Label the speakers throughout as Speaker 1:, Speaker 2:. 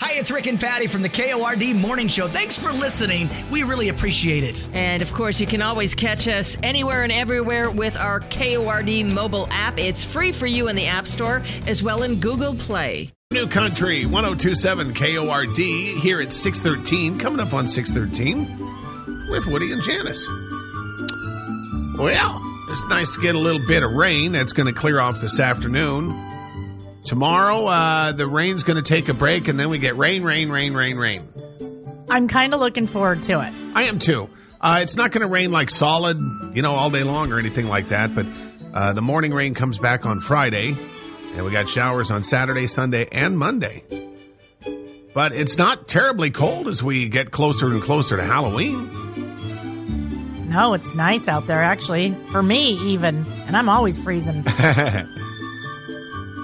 Speaker 1: Hey, it's Rick and Patty from the KORD Morning Show. Thanks for listening. We really appreciate it.
Speaker 2: And of course, you can always catch us anywhere and everywhere with our KORD mobile app. It's free for you in the App Store as well in Google Play.
Speaker 3: New Country 1027 KORD here at 613, coming up on 613 with Woody and Janice. Well, it's nice to get a little bit of rain. That's going to clear off this afternoon. Tomorrow, uh, the rain's going to take a break, and then we get rain, rain, rain, rain, rain.
Speaker 4: I'm kind of looking forward to it.
Speaker 3: I am too. Uh, it's not going to rain like solid, you know, all day long or anything like that. But uh, the morning rain comes back on Friday, and we got showers on Saturday, Sunday, and Monday. But it's not terribly cold as we get closer and closer to Halloween.
Speaker 4: No, it's nice out there, actually. For me, even. And I'm always freezing.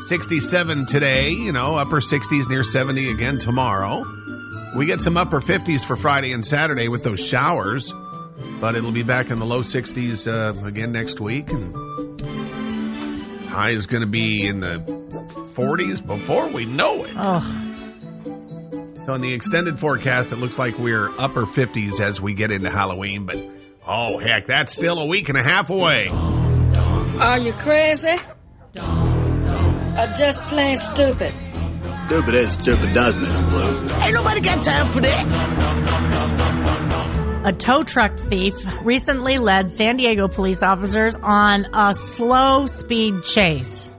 Speaker 3: 67 today, you know, upper 60s, near 70 again tomorrow. We get some upper 50s for Friday and Saturday with those showers, but it'll be back in the low 60s uh, again next week. And high is going to be in the 40s before we know it.
Speaker 4: Oh,
Speaker 3: So in the extended forecast, it looks like we're upper 50s as we get into Halloween, but oh heck, that's still a week and a half away.
Speaker 5: Are you crazy? Or just plain stupid?
Speaker 6: Stupid is stupid does, Miss Blue.
Speaker 4: a tow truck thief recently led San Diego police officers on a slow speed chase.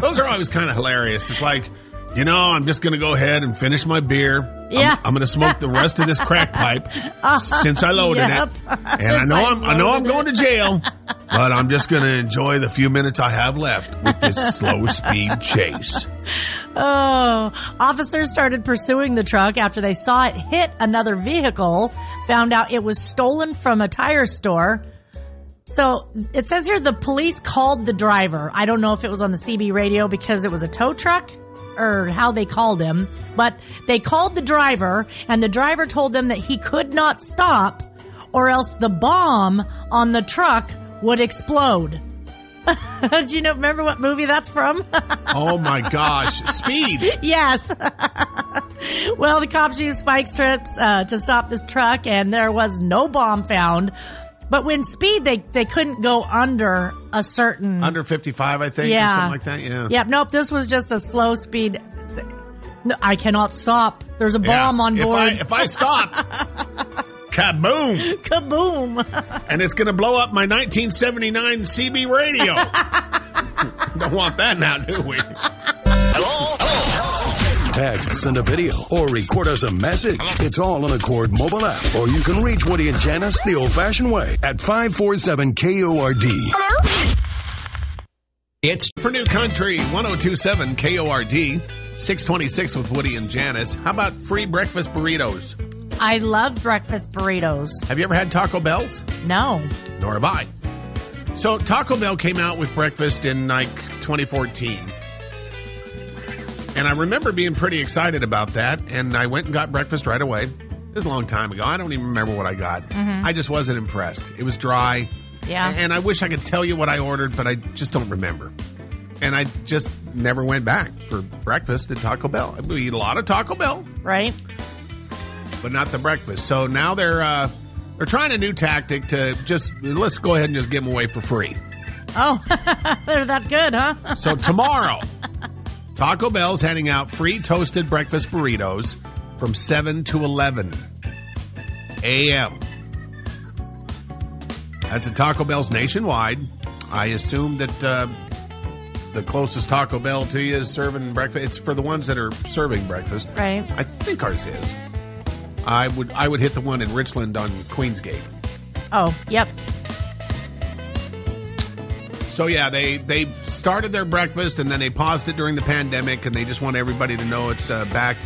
Speaker 3: Those are always kind of hilarious. It's like, you know, I'm just going to go ahead and finish my beer. I'm-
Speaker 4: Yeah.
Speaker 3: I'm, going to smoke the rest of this crack pipe since I loaded
Speaker 4: Yep.
Speaker 3: it. And I know
Speaker 4: I
Speaker 3: I'm I know I'm
Speaker 4: loaded
Speaker 3: going to jail, but I'm just going to enjoy the few minutes I have left with this slow speed chase.
Speaker 4: Oh, officers started pursuing the truck after they saw it hit another vehicle, found out it was stolen from a tire store. So it says here the police called the driver. I don't know if it was on the CB radio because it was a tow truck or how they called him, but they called the driver and the driver told them that he could not stop or else the bomb on the truck would explode. Do you know, remember what movie that's from?
Speaker 3: Oh my gosh, speed.
Speaker 4: Yes. well, the cops used spike strips uh, to stop this truck, and there was no bomb found. But when speed, they they couldn't go under a certain.
Speaker 3: Under 55, I think,
Speaker 4: Yeah.
Speaker 3: or something like that. Yeah.
Speaker 4: Yep. Nope. This was just a slow speed. No, I cannot stop. There's a
Speaker 3: Yeah.
Speaker 4: bomb on
Speaker 3: If
Speaker 4: board.
Speaker 3: I, if I stop, kaboom.
Speaker 4: Kaboom!
Speaker 3: and it's going to blow up my 1979 CB radio. Don't want that now, do we?
Speaker 7: Text, send a video, or record us a message. It's all on Accord mobile app, or you can reach Woody and Janice the old-fashioned way at 547-KORD.
Speaker 1: It's
Speaker 3: For New Country 1027 KORD 626 with Woody and Janice. How about free breakfast burritos?
Speaker 4: I love breakfast burritos.
Speaker 3: Have you ever had Taco Bell's?
Speaker 4: No,
Speaker 3: Nor have I. So Taco Bell came out with breakfast in like 2014. And I remember being pretty excited about that. And I went and got breakfast right away. It was a long time ago. I don't even remember what I got. I just wasn't impressed. It was dry.
Speaker 4: yeah,
Speaker 3: And I wish I could tell you what I ordered, but I just don't remember. And I just never went back for breakfast at Taco Bell. We eat a lot of Taco Bell,
Speaker 4: right?
Speaker 3: but not the breakfast. So now they're uh, they're trying a new tactic to just let's go ahead and just give them away for free.
Speaker 4: Oh, they're that good, huh?
Speaker 3: So tomorrow, Taco Bell's handing out free toasted breakfast burritos from 7 to 11 a.m. That's at Taco Bell's nationwide. I assume that uh, the closest Taco Bell to you is serving breakfast. It's for the ones that are serving breakfast.
Speaker 4: Right.
Speaker 3: I think ours is. I would I would hit the one in Richland on Queensgate.
Speaker 4: Oh, yep.
Speaker 3: So yeah, they they started their breakfast and then they paused it during the pandemic, and they just want everybody to know it's uh, back.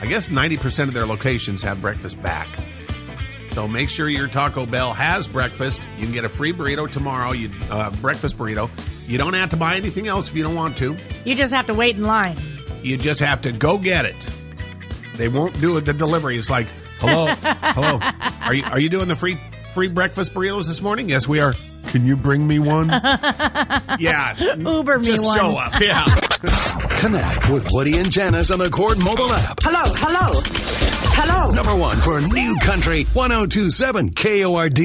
Speaker 3: I guess ninety percent of their locations have breakfast back. So make sure your Taco Bell has breakfast. You can get a free burrito tomorrow. You uh, breakfast burrito. You don't have to buy anything else if you don't want to.
Speaker 4: You just have to wait in line.
Speaker 3: You just have to go get it. They won't do it. The delivery is like, hello, hello. Are you are you doing the free free breakfast burritos this morning? Yes, we are. Can you bring me one? yeah.
Speaker 4: Uber me
Speaker 3: just
Speaker 4: one.
Speaker 3: show up. Yeah.
Speaker 7: Connect with Woody and Janice on the Cord mobile app.
Speaker 8: Hello, hello, hello.
Speaker 7: Number one for New Country 1027 KORD.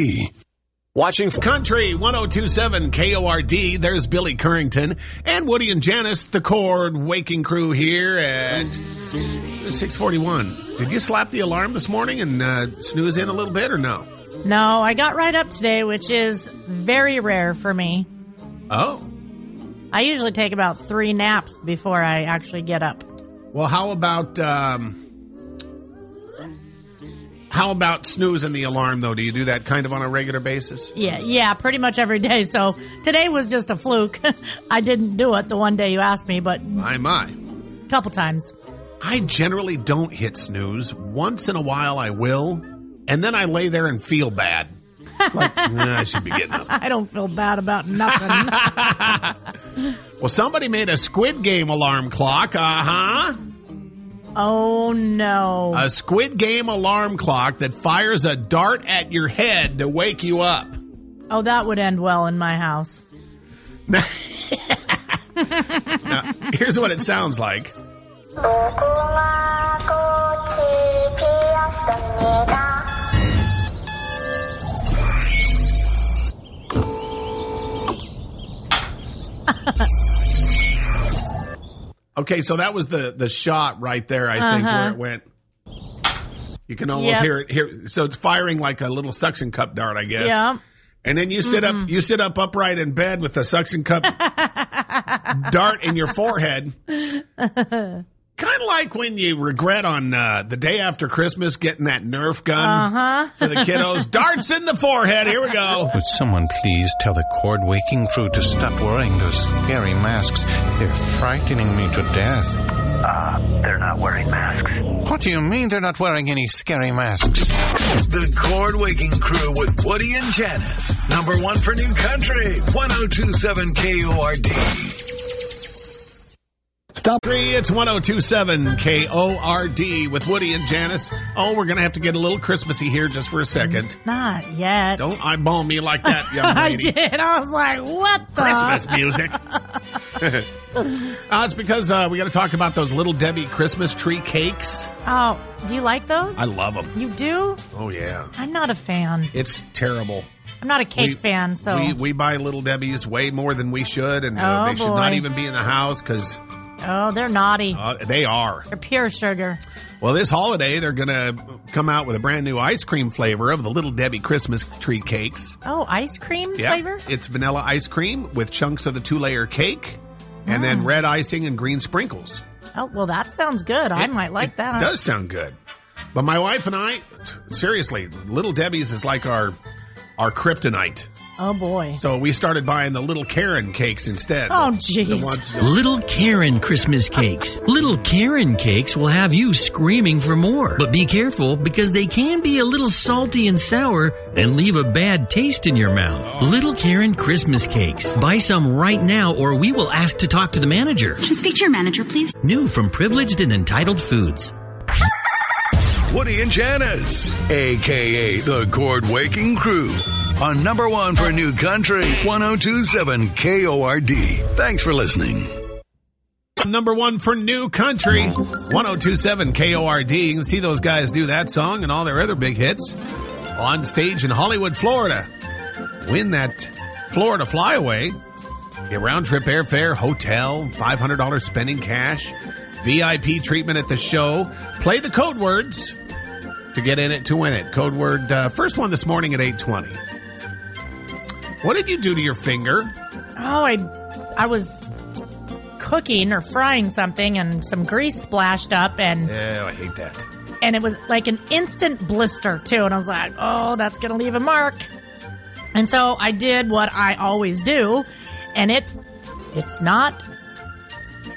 Speaker 3: Watching for Country 1027 KORD, there's Billy Currington and Woody and Janice, the Cord Waking Crew here at 641. Did you slap the alarm this morning and uh, snooze in a little bit or no?
Speaker 4: No, I got right up today, which is very rare for me.
Speaker 3: Oh.
Speaker 4: I usually take about three naps before I actually get up.
Speaker 3: Well, how about, um, how about snoozing the alarm though? Do you do that kind of on a regular basis?
Speaker 4: Yeah, yeah, pretty much every day. So today was just a fluke. I didn't do it the one day you asked me, but a
Speaker 3: My, my.
Speaker 4: couple times.
Speaker 3: I generally don't hit snooze. Once in a while I will, and then I lay there and feel bad. Like, "Nah, I should be getting up.
Speaker 4: I don't feel bad about nothing.
Speaker 3: Well, somebody made a Squid Game alarm clock. Uh huh.
Speaker 4: oh no.
Speaker 3: A Squid Game alarm clock that fires a dart at your head to wake you up.
Speaker 4: oh, that would end well in my house.
Speaker 3: Now, here's what it sounds like. Okay, so that was the the shot right there. I think where
Speaker 4: Uh-huh.
Speaker 3: it went. You can almost
Speaker 4: Yep.
Speaker 3: hear it here. So it's firing like a little suction cup dart, I guess.
Speaker 4: Yeah. Mm-hmm.
Speaker 3: And then you sit up, you sit up upright in bed with a suction cup dart in your forehead. Kind of like when you regret on uh, the day after Christmas getting that Nerf gun
Speaker 4: Uh-huh.
Speaker 3: for the kiddos. Darts in the forehead. Here we go.
Speaker 9: Would someone please tell the cord waking crew to stop wearing those scary masks? They're frightening me to death.
Speaker 10: Ah, They're not wearing masks.
Speaker 9: What do you mean they're not wearing any scary masks?
Speaker 7: The Cord Waking Crew with Woody and Janice. Number one for New Country 1027 KORD.
Speaker 3: Stop. Three, it's 1027 KORD with Woody and Janice. Oh, we're going to have to get a little Christmassy here just for a second.
Speaker 4: Not yet.
Speaker 3: Don't eyeball me like that, young
Speaker 4: I
Speaker 3: lady.
Speaker 4: did. I was like, what the?
Speaker 3: Christmas music. uh, it's because uh, we got to talk about those little Debbie Christmas tree cakes.
Speaker 4: Oh, do you like those?
Speaker 3: I love them.
Speaker 4: you do?
Speaker 3: Oh yeah,
Speaker 4: I'm not a fan.
Speaker 3: it's terrible.
Speaker 4: I'm not a cake
Speaker 3: We-
Speaker 4: fan, so
Speaker 3: we we buy little Debbie's way more than we should, and uh,
Speaker 4: Oh,
Speaker 3: they should not
Speaker 4: boy.
Speaker 3: even be in the house because
Speaker 4: oh, they're naughty.
Speaker 3: uh, they are.
Speaker 4: they're pure sugar.
Speaker 3: Well, this holiday they're gonna come out with a brand new ice cream flavor of the little Debbie Christmas tree cakes.
Speaker 4: Oh, ice cream
Speaker 3: Yeah.
Speaker 4: flavor?
Speaker 3: It's vanilla ice cream with chunks of the two layer cake, and then
Speaker 4: Mm.
Speaker 3: red icing and green sprinkles.
Speaker 4: Oh, well, that sounds good. I
Speaker 3: It-
Speaker 4: might like
Speaker 3: it
Speaker 4: that.
Speaker 3: does sound good. But my wife and I, seriously, Little Debbie's is like our our kryptonite.
Speaker 4: Oh, boy.
Speaker 3: So we started buying the Little Karen cakes instead.
Speaker 4: Oh,
Speaker 3: The- the
Speaker 4: jeez.
Speaker 3: ones-
Speaker 11: Little Karen Christmas cakes. Little Karen cakes will have you screaming for more. But be careful because they can be a little salty and sour and leave a bad taste in your mouth. Little Karen Christmas cakes. Buy some right now or we will ask to talk to the manager.
Speaker 8: Can speak to your manager, please?
Speaker 11: New from Privileged and Entitled Foods.
Speaker 7: Woody and Janice, aka the Cord Waking Crew, on number one for New Country 1027 KORD. Thanks for listening.
Speaker 3: Number one for New Country, 1027 KORD. You can see those guys do that song and all their other big hits on stage in Hollywood, Florida. Win that Florida flyaway. Your round trip airfare, hotel, $500 spending cash, VIP treatment at the show. Play the code words to get in it to win it. Code word, uh, first one this morning at 820. What did you do to your finger?
Speaker 4: Oh, I, I was cooking or frying something and some grease splashed up and
Speaker 3: Oh, I hate that.
Speaker 4: and it was like an instant blister too and i was like oh that's gonna leave a mark and so i did what i always do and it it's not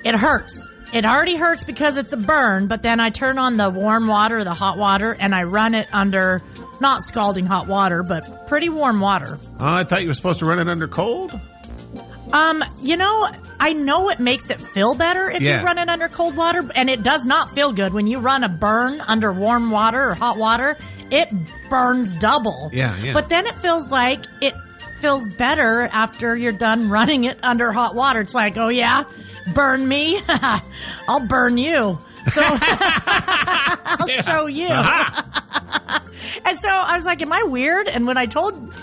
Speaker 4: it hurts it already hurts because it's a burn but then i turn on the warm water the hot water and i run it under not scalding hot water but pretty warm water
Speaker 3: Oh, I thought you were supposed to run it under cold.
Speaker 4: um you know i know it makes it feel better if
Speaker 3: Yeah.
Speaker 4: you run it under cold water and it does not feel good when you run a burn under warm water or hot water it burns double
Speaker 3: Yeah, yeah.
Speaker 4: But then it feels like it feels better after you're done running it under hot water. It's like, oh yeah, burn me. I'll burn you. So I'll show you.
Speaker 3: Uh-huh. Ah,
Speaker 4: and so I was like, am I weird? And when I told,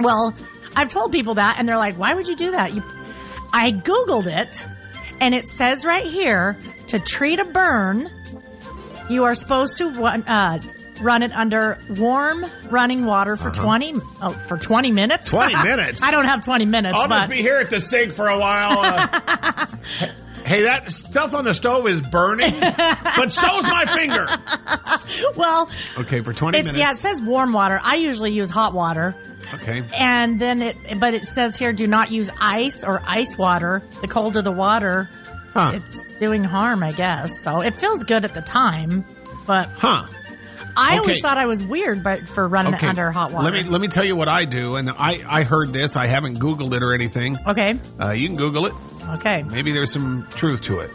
Speaker 4: well, I've told people that and they're like, why would you do that? You, I Googled it and it says right here to treat a burn, you are supposed to run, uh, run it under warm running water for 20, oh, for 20 minutes.
Speaker 3: 20 Uh-huh. minutes?
Speaker 4: I don't have 20 minutes,
Speaker 3: I'll
Speaker 4: but
Speaker 3: just be here at the sink for a while. uh, hey, that stuff on the stove is burning, but so's my finger.
Speaker 4: well,
Speaker 3: Okay, for 20
Speaker 4: it,
Speaker 3: minutes.
Speaker 4: yeah, it says warm water. I usually use hot water.
Speaker 3: okay.
Speaker 4: And then it, but it says here, do not use ice or ice water. The colder the water,
Speaker 3: Huh.
Speaker 4: it's doing harm, I guess. So it feels good at the time, but
Speaker 3: Huh.
Speaker 4: I
Speaker 3: Okay.
Speaker 4: always thought I was weird, but for running it under hot water.
Speaker 3: Let me let me tell you what I do, and I I heard this. I haven't Googled it or anything.
Speaker 4: okay,
Speaker 3: Uh, you can Google it.
Speaker 4: okay,
Speaker 3: Maybe there's some truth to it.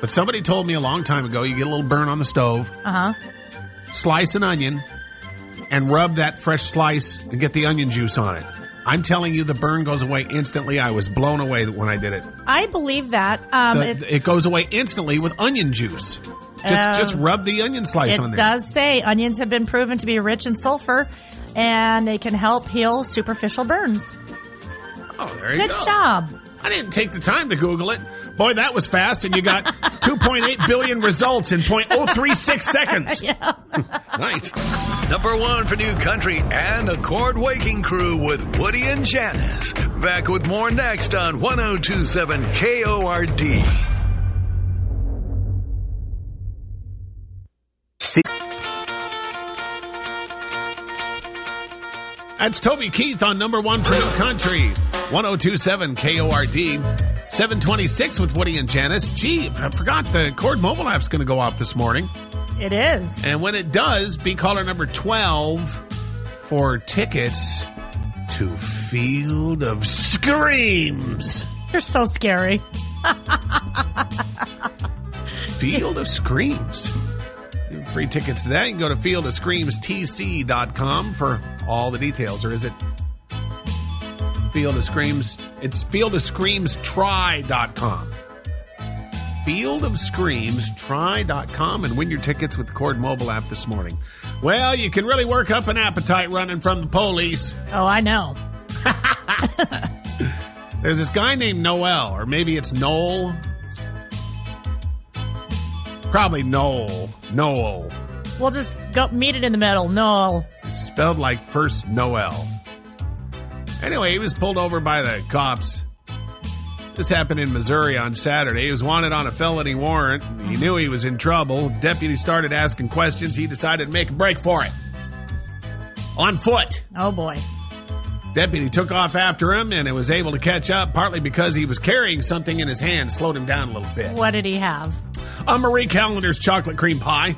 Speaker 3: But somebody told me a long time ago, you get a little burn on the stove,
Speaker 4: uh huh.
Speaker 3: slice an onion, and rub that fresh slice and get the onion juice on it. I'm telling you, the burn goes away instantly. I was blown away when I did it.
Speaker 4: I believe that. Um,
Speaker 3: The-
Speaker 4: it,
Speaker 3: it, goes away instantly with onion juice. Just
Speaker 4: Oh.
Speaker 3: just rub the onion slice on
Speaker 4: it
Speaker 3: there.
Speaker 4: does say onions have been proven to be rich in sulfur, and they can help heal superficial burns.
Speaker 3: Oh, there you
Speaker 4: Good
Speaker 3: go.
Speaker 4: job.
Speaker 3: I didn't take the time to Google it. Boy, that was fast, and you got 2.8 billion results in 0.036 seconds. Nice.
Speaker 7: Number one for New Country and the Cord Waking Crew with Woody and Janice. Back with more next on 1027 KORD.
Speaker 3: That's Toby Keith on number one for New Country. 1027 KORD. 726 with Woody and Janice. Gee, I forgot the Cord mobile app's going to go off this morning.
Speaker 4: It is.
Speaker 3: And when it does, be caller number 12 for tickets to Field of Screams.
Speaker 4: You're so scary.
Speaker 3: Field of Screams. Free tickets to that. You can go to fieldofscreamstc.com for all the details. Or is it Field of Screams? It's fieldofscreamstry.com. Fieldofscreamstry.com and win your tickets with the Cord mobile app this morning. Well, you can really work up an appetite running from the police.
Speaker 4: Oh, I know.
Speaker 3: There's this guy named Noel, or maybe it's Noel. Probably Noel. Noel.
Speaker 4: We'll just go meet it in the middle. No.
Speaker 3: It's spelled like First Noel. Anyway, he was pulled over by the cops. This happened in Missouri on Saturday. He was wanted on a felony warrant. He knew he was in trouble. Deputy started asking questions. He decided to make a break for it. On foot.
Speaker 4: Oh boy.
Speaker 3: Deputy took off after him and was able to catch up, partly because he was carrying something in his hand, slowed him down a little bit.
Speaker 4: What did he have?
Speaker 3: A Marie Callender's chocolate cream pie.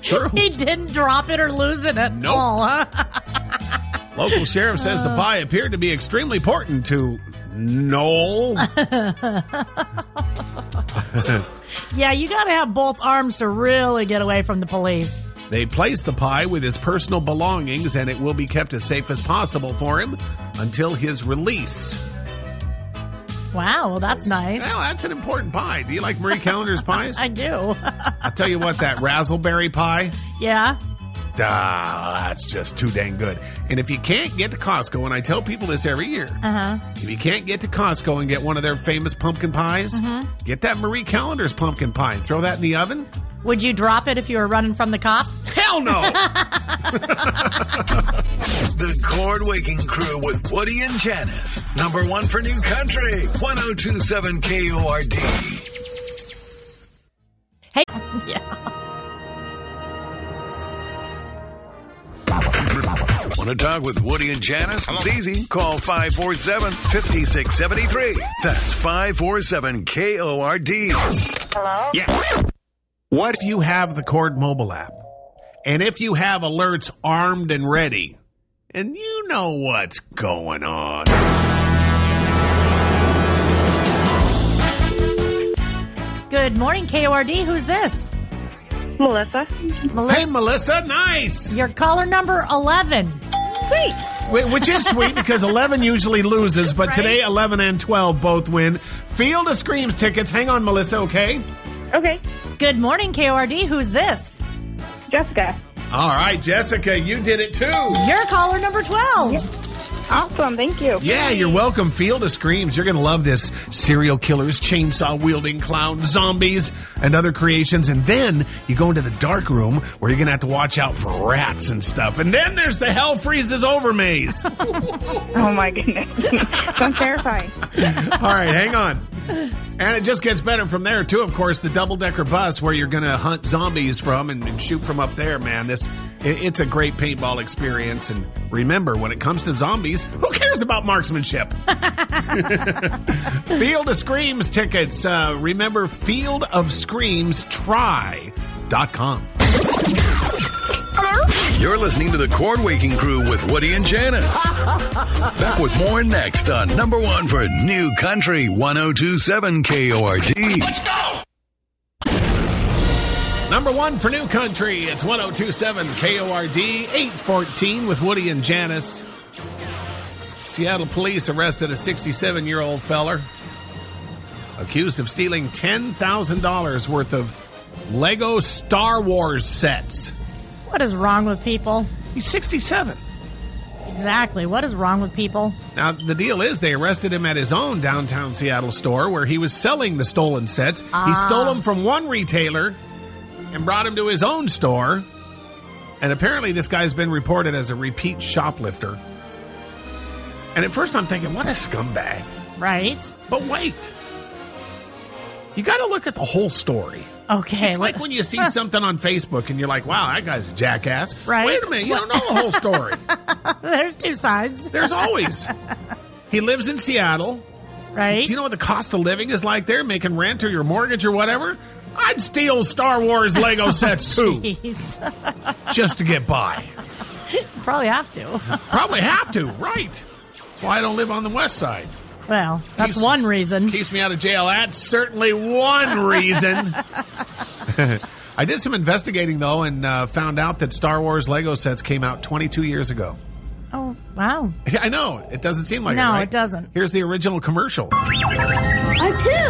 Speaker 3: Sure.
Speaker 4: He didn't drop it or lose it at
Speaker 3: Nope.
Speaker 4: all, huh?
Speaker 3: Local sheriff says the pie appeared to be extremely important to Noel.
Speaker 4: Yeah, you gotta have both arms to really get away from the police.
Speaker 3: they placed the pie with his personal belongings and it will be kept as safe as possible for him until his release.
Speaker 4: Wow, well that's nice.
Speaker 3: Well, that's an important pie. Do you like Marie Callender's pies?
Speaker 4: I do.
Speaker 3: I'll tell you what, that razzleberry pie,
Speaker 4: yeah.
Speaker 3: ah, that's just too dang good. And if you can't get to Costco, and I tell people this every year,
Speaker 4: Uh huh.
Speaker 3: If you can't get to Costco and get one of their famous pumpkin pies, get that Marie Callender's pumpkin pie and throw that in the oven.
Speaker 4: Would you drop it if you were running from the cops?
Speaker 3: Hell no!
Speaker 7: The Cord Waking Crew with Woody and Janice. Number one for New Country. 1027 KORD.
Speaker 4: Hey. Yeah.
Speaker 7: Want to talk with Woody and Janice? It's easy. Call 547 5673. That's 547 KORD.
Speaker 3: Yeah. What if you have the Cord mobile app? And if you have alerts armed and ready, and you know what's going on.
Speaker 4: Good morning, KORD. Who's this?
Speaker 5: Melissa.
Speaker 4: Melissa.
Speaker 3: Hey, Melissa, nice.
Speaker 4: Your caller number 11.
Speaker 5: sweet.
Speaker 3: Wh- Which is sweet because 11 usually loses, but today 11 and 12 both win. Field of Screams tickets. Hang on, Melissa, okay?
Speaker 4: Okay. Good morning, KORD. Who's this? Jessica.
Speaker 3: All right, Jessica, you did it too.
Speaker 4: You're caller number 12.
Speaker 12: Awesome. Thank you.
Speaker 3: Yeah, you're welcome. Field of Screams. You're going to love this. Serial killers, chainsaw wielding clowns, zombies, and other creations. And then you go into the dark room where you're going to have to watch out for rats and stuff. And then there's the Hell Freezes Over maze. All
Speaker 12: Oh my goodness. Sounds terrifying.
Speaker 3: right, hang on. And it just gets better from there too. Of course, the double decker bus where you're going to hunt zombies from and, and shoot from up there, man. This it, it's a great paintball experience. And remember, when it comes to zombies, who cares about marksmanship? Field of Screams tickets. Uh, remember, Field of Screams Try.com.
Speaker 7: You're listening to the Cord Waking Crew with Woody and Janice. Back with more next on number one for New Country 1027 KORD.
Speaker 3: Number one for New Country, it's 1027 KORD 814 with Woody and Janice. Seattle police arrested a 67 year old feller accused of stealing $10,000 worth of Lego Star Wars sets.
Speaker 4: What is wrong with people?
Speaker 3: He's 67.
Speaker 4: Exactly. What is wrong with people?
Speaker 3: Now, the deal is they arrested him at his own downtown Seattle store where he was selling the stolen sets. He
Speaker 4: Ah.
Speaker 3: stole them from one retailer and brought them to his own store. And apparently, this guy's been reported as a repeat shoplifter. And at first, I'm thinking, what a scumbag.
Speaker 4: Right.
Speaker 3: But wait. You got to look at the whole story.
Speaker 4: Okay.
Speaker 3: It's
Speaker 4: what-
Speaker 3: like when you see something on Facebook and you're like, wow, that guy's a jackass.
Speaker 4: Right.
Speaker 3: Wait a minute, you don't know the whole story.
Speaker 4: There's two sides.
Speaker 3: There's always. He lives in Seattle.
Speaker 4: Right.
Speaker 3: Do you know what the cost of living is like there, making rent or your mortgage or whatever? I'd steal Star Wars Lego sets too,
Speaker 4: Jeez.
Speaker 3: just to get by.
Speaker 4: Probably have to.
Speaker 3: Probably have to, right? That's why I don't live on the west side.
Speaker 4: Well, that's one reason.
Speaker 3: Keeps me out of jail. That's certainly one reason. I did some investigating though and uh, found out that Star Wars Lego sets came out 22 years ago.
Speaker 4: Oh, wow.
Speaker 3: I know it doesn't seem like
Speaker 4: no,
Speaker 3: it, right?
Speaker 4: it doesn't.
Speaker 3: Here's the original commercial.
Speaker 5: I do.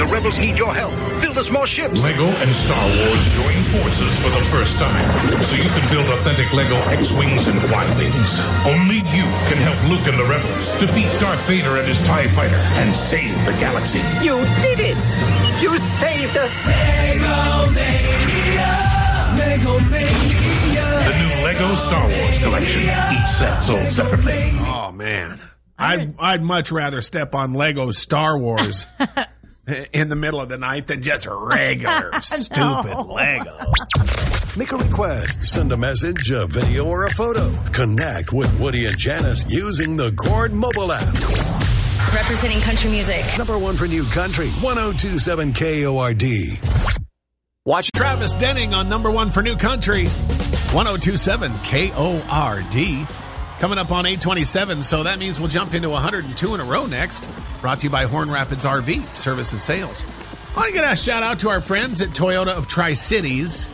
Speaker 13: The rebels need your help. Build us more ships.
Speaker 14: Lego and Star Wars join forces for the first time, so you can build authentic Lego X-Wings and Y-Wings. Only you can help Luke and the Rebels defeat Darth Vader and his TIE fighter and save the galaxy.
Speaker 5: You did it. You saved us. Lego Mania. Lego Mania.
Speaker 14: The new Lego Star Wars collection, each set sold separately.
Speaker 3: Oh man, I'd I'd much rather step on Lego Star Wars in the middle of the night than just regular stupid Lego.
Speaker 7: Make a request, send a message, a video, or a photo. Connect with Woody and Janice using the Cord mobile app.
Speaker 15: Representing country music.
Speaker 7: Number one oh for New Country 1027 KORD.
Speaker 3: Watch Travis Denning on number one for New Country, 1027 KORD. Coming up on 827, so that means we'll jump into 102 in a row next. Brought to you by Horn Rapids RV, service and sales. I want to get a shout out to our friends at Toyota of Tri Cities.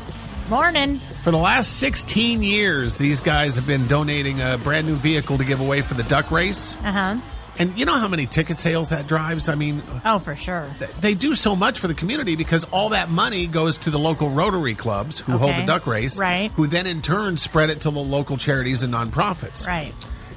Speaker 4: Morning.
Speaker 3: For the last 16 years, these guys have been donating a brand new vehicle to give away for the duck race.
Speaker 4: Uh huh.
Speaker 3: And you know how many ticket sales that drives? I mean,
Speaker 4: Oh, for sure.
Speaker 3: th- they do so much for the community because all that money goes to the local Rotary clubs who hold
Speaker 4: Okay.
Speaker 3: the duck race,
Speaker 4: Right.
Speaker 3: who then in turn spread it to the local charities and nonprofits.
Speaker 4: Right.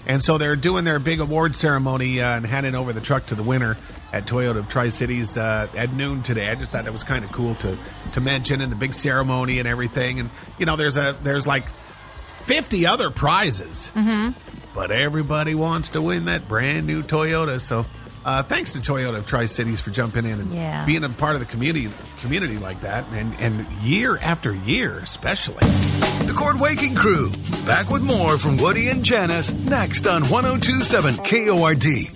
Speaker 3: And so they're doing their big award ceremony uh, and handing over the truck to the winner at Toyota of Tri Cities uh, at noon today. I just thought that was kind of cool to to mention and the big ceremony and everything. And you know, there's a there's like 50 other prizes,
Speaker 5: Mm-hmm.
Speaker 3: but everybody wants to win that brand new Toyota. So. Uh, thanks to Toyota of Tri Cities for jumping in and
Speaker 5: Yeah.
Speaker 3: being a part of the community community like that, and and year after year, especially.
Speaker 7: The Cord Waking oh Crew. Back with more from Woody and Janice next on 1027 KORD.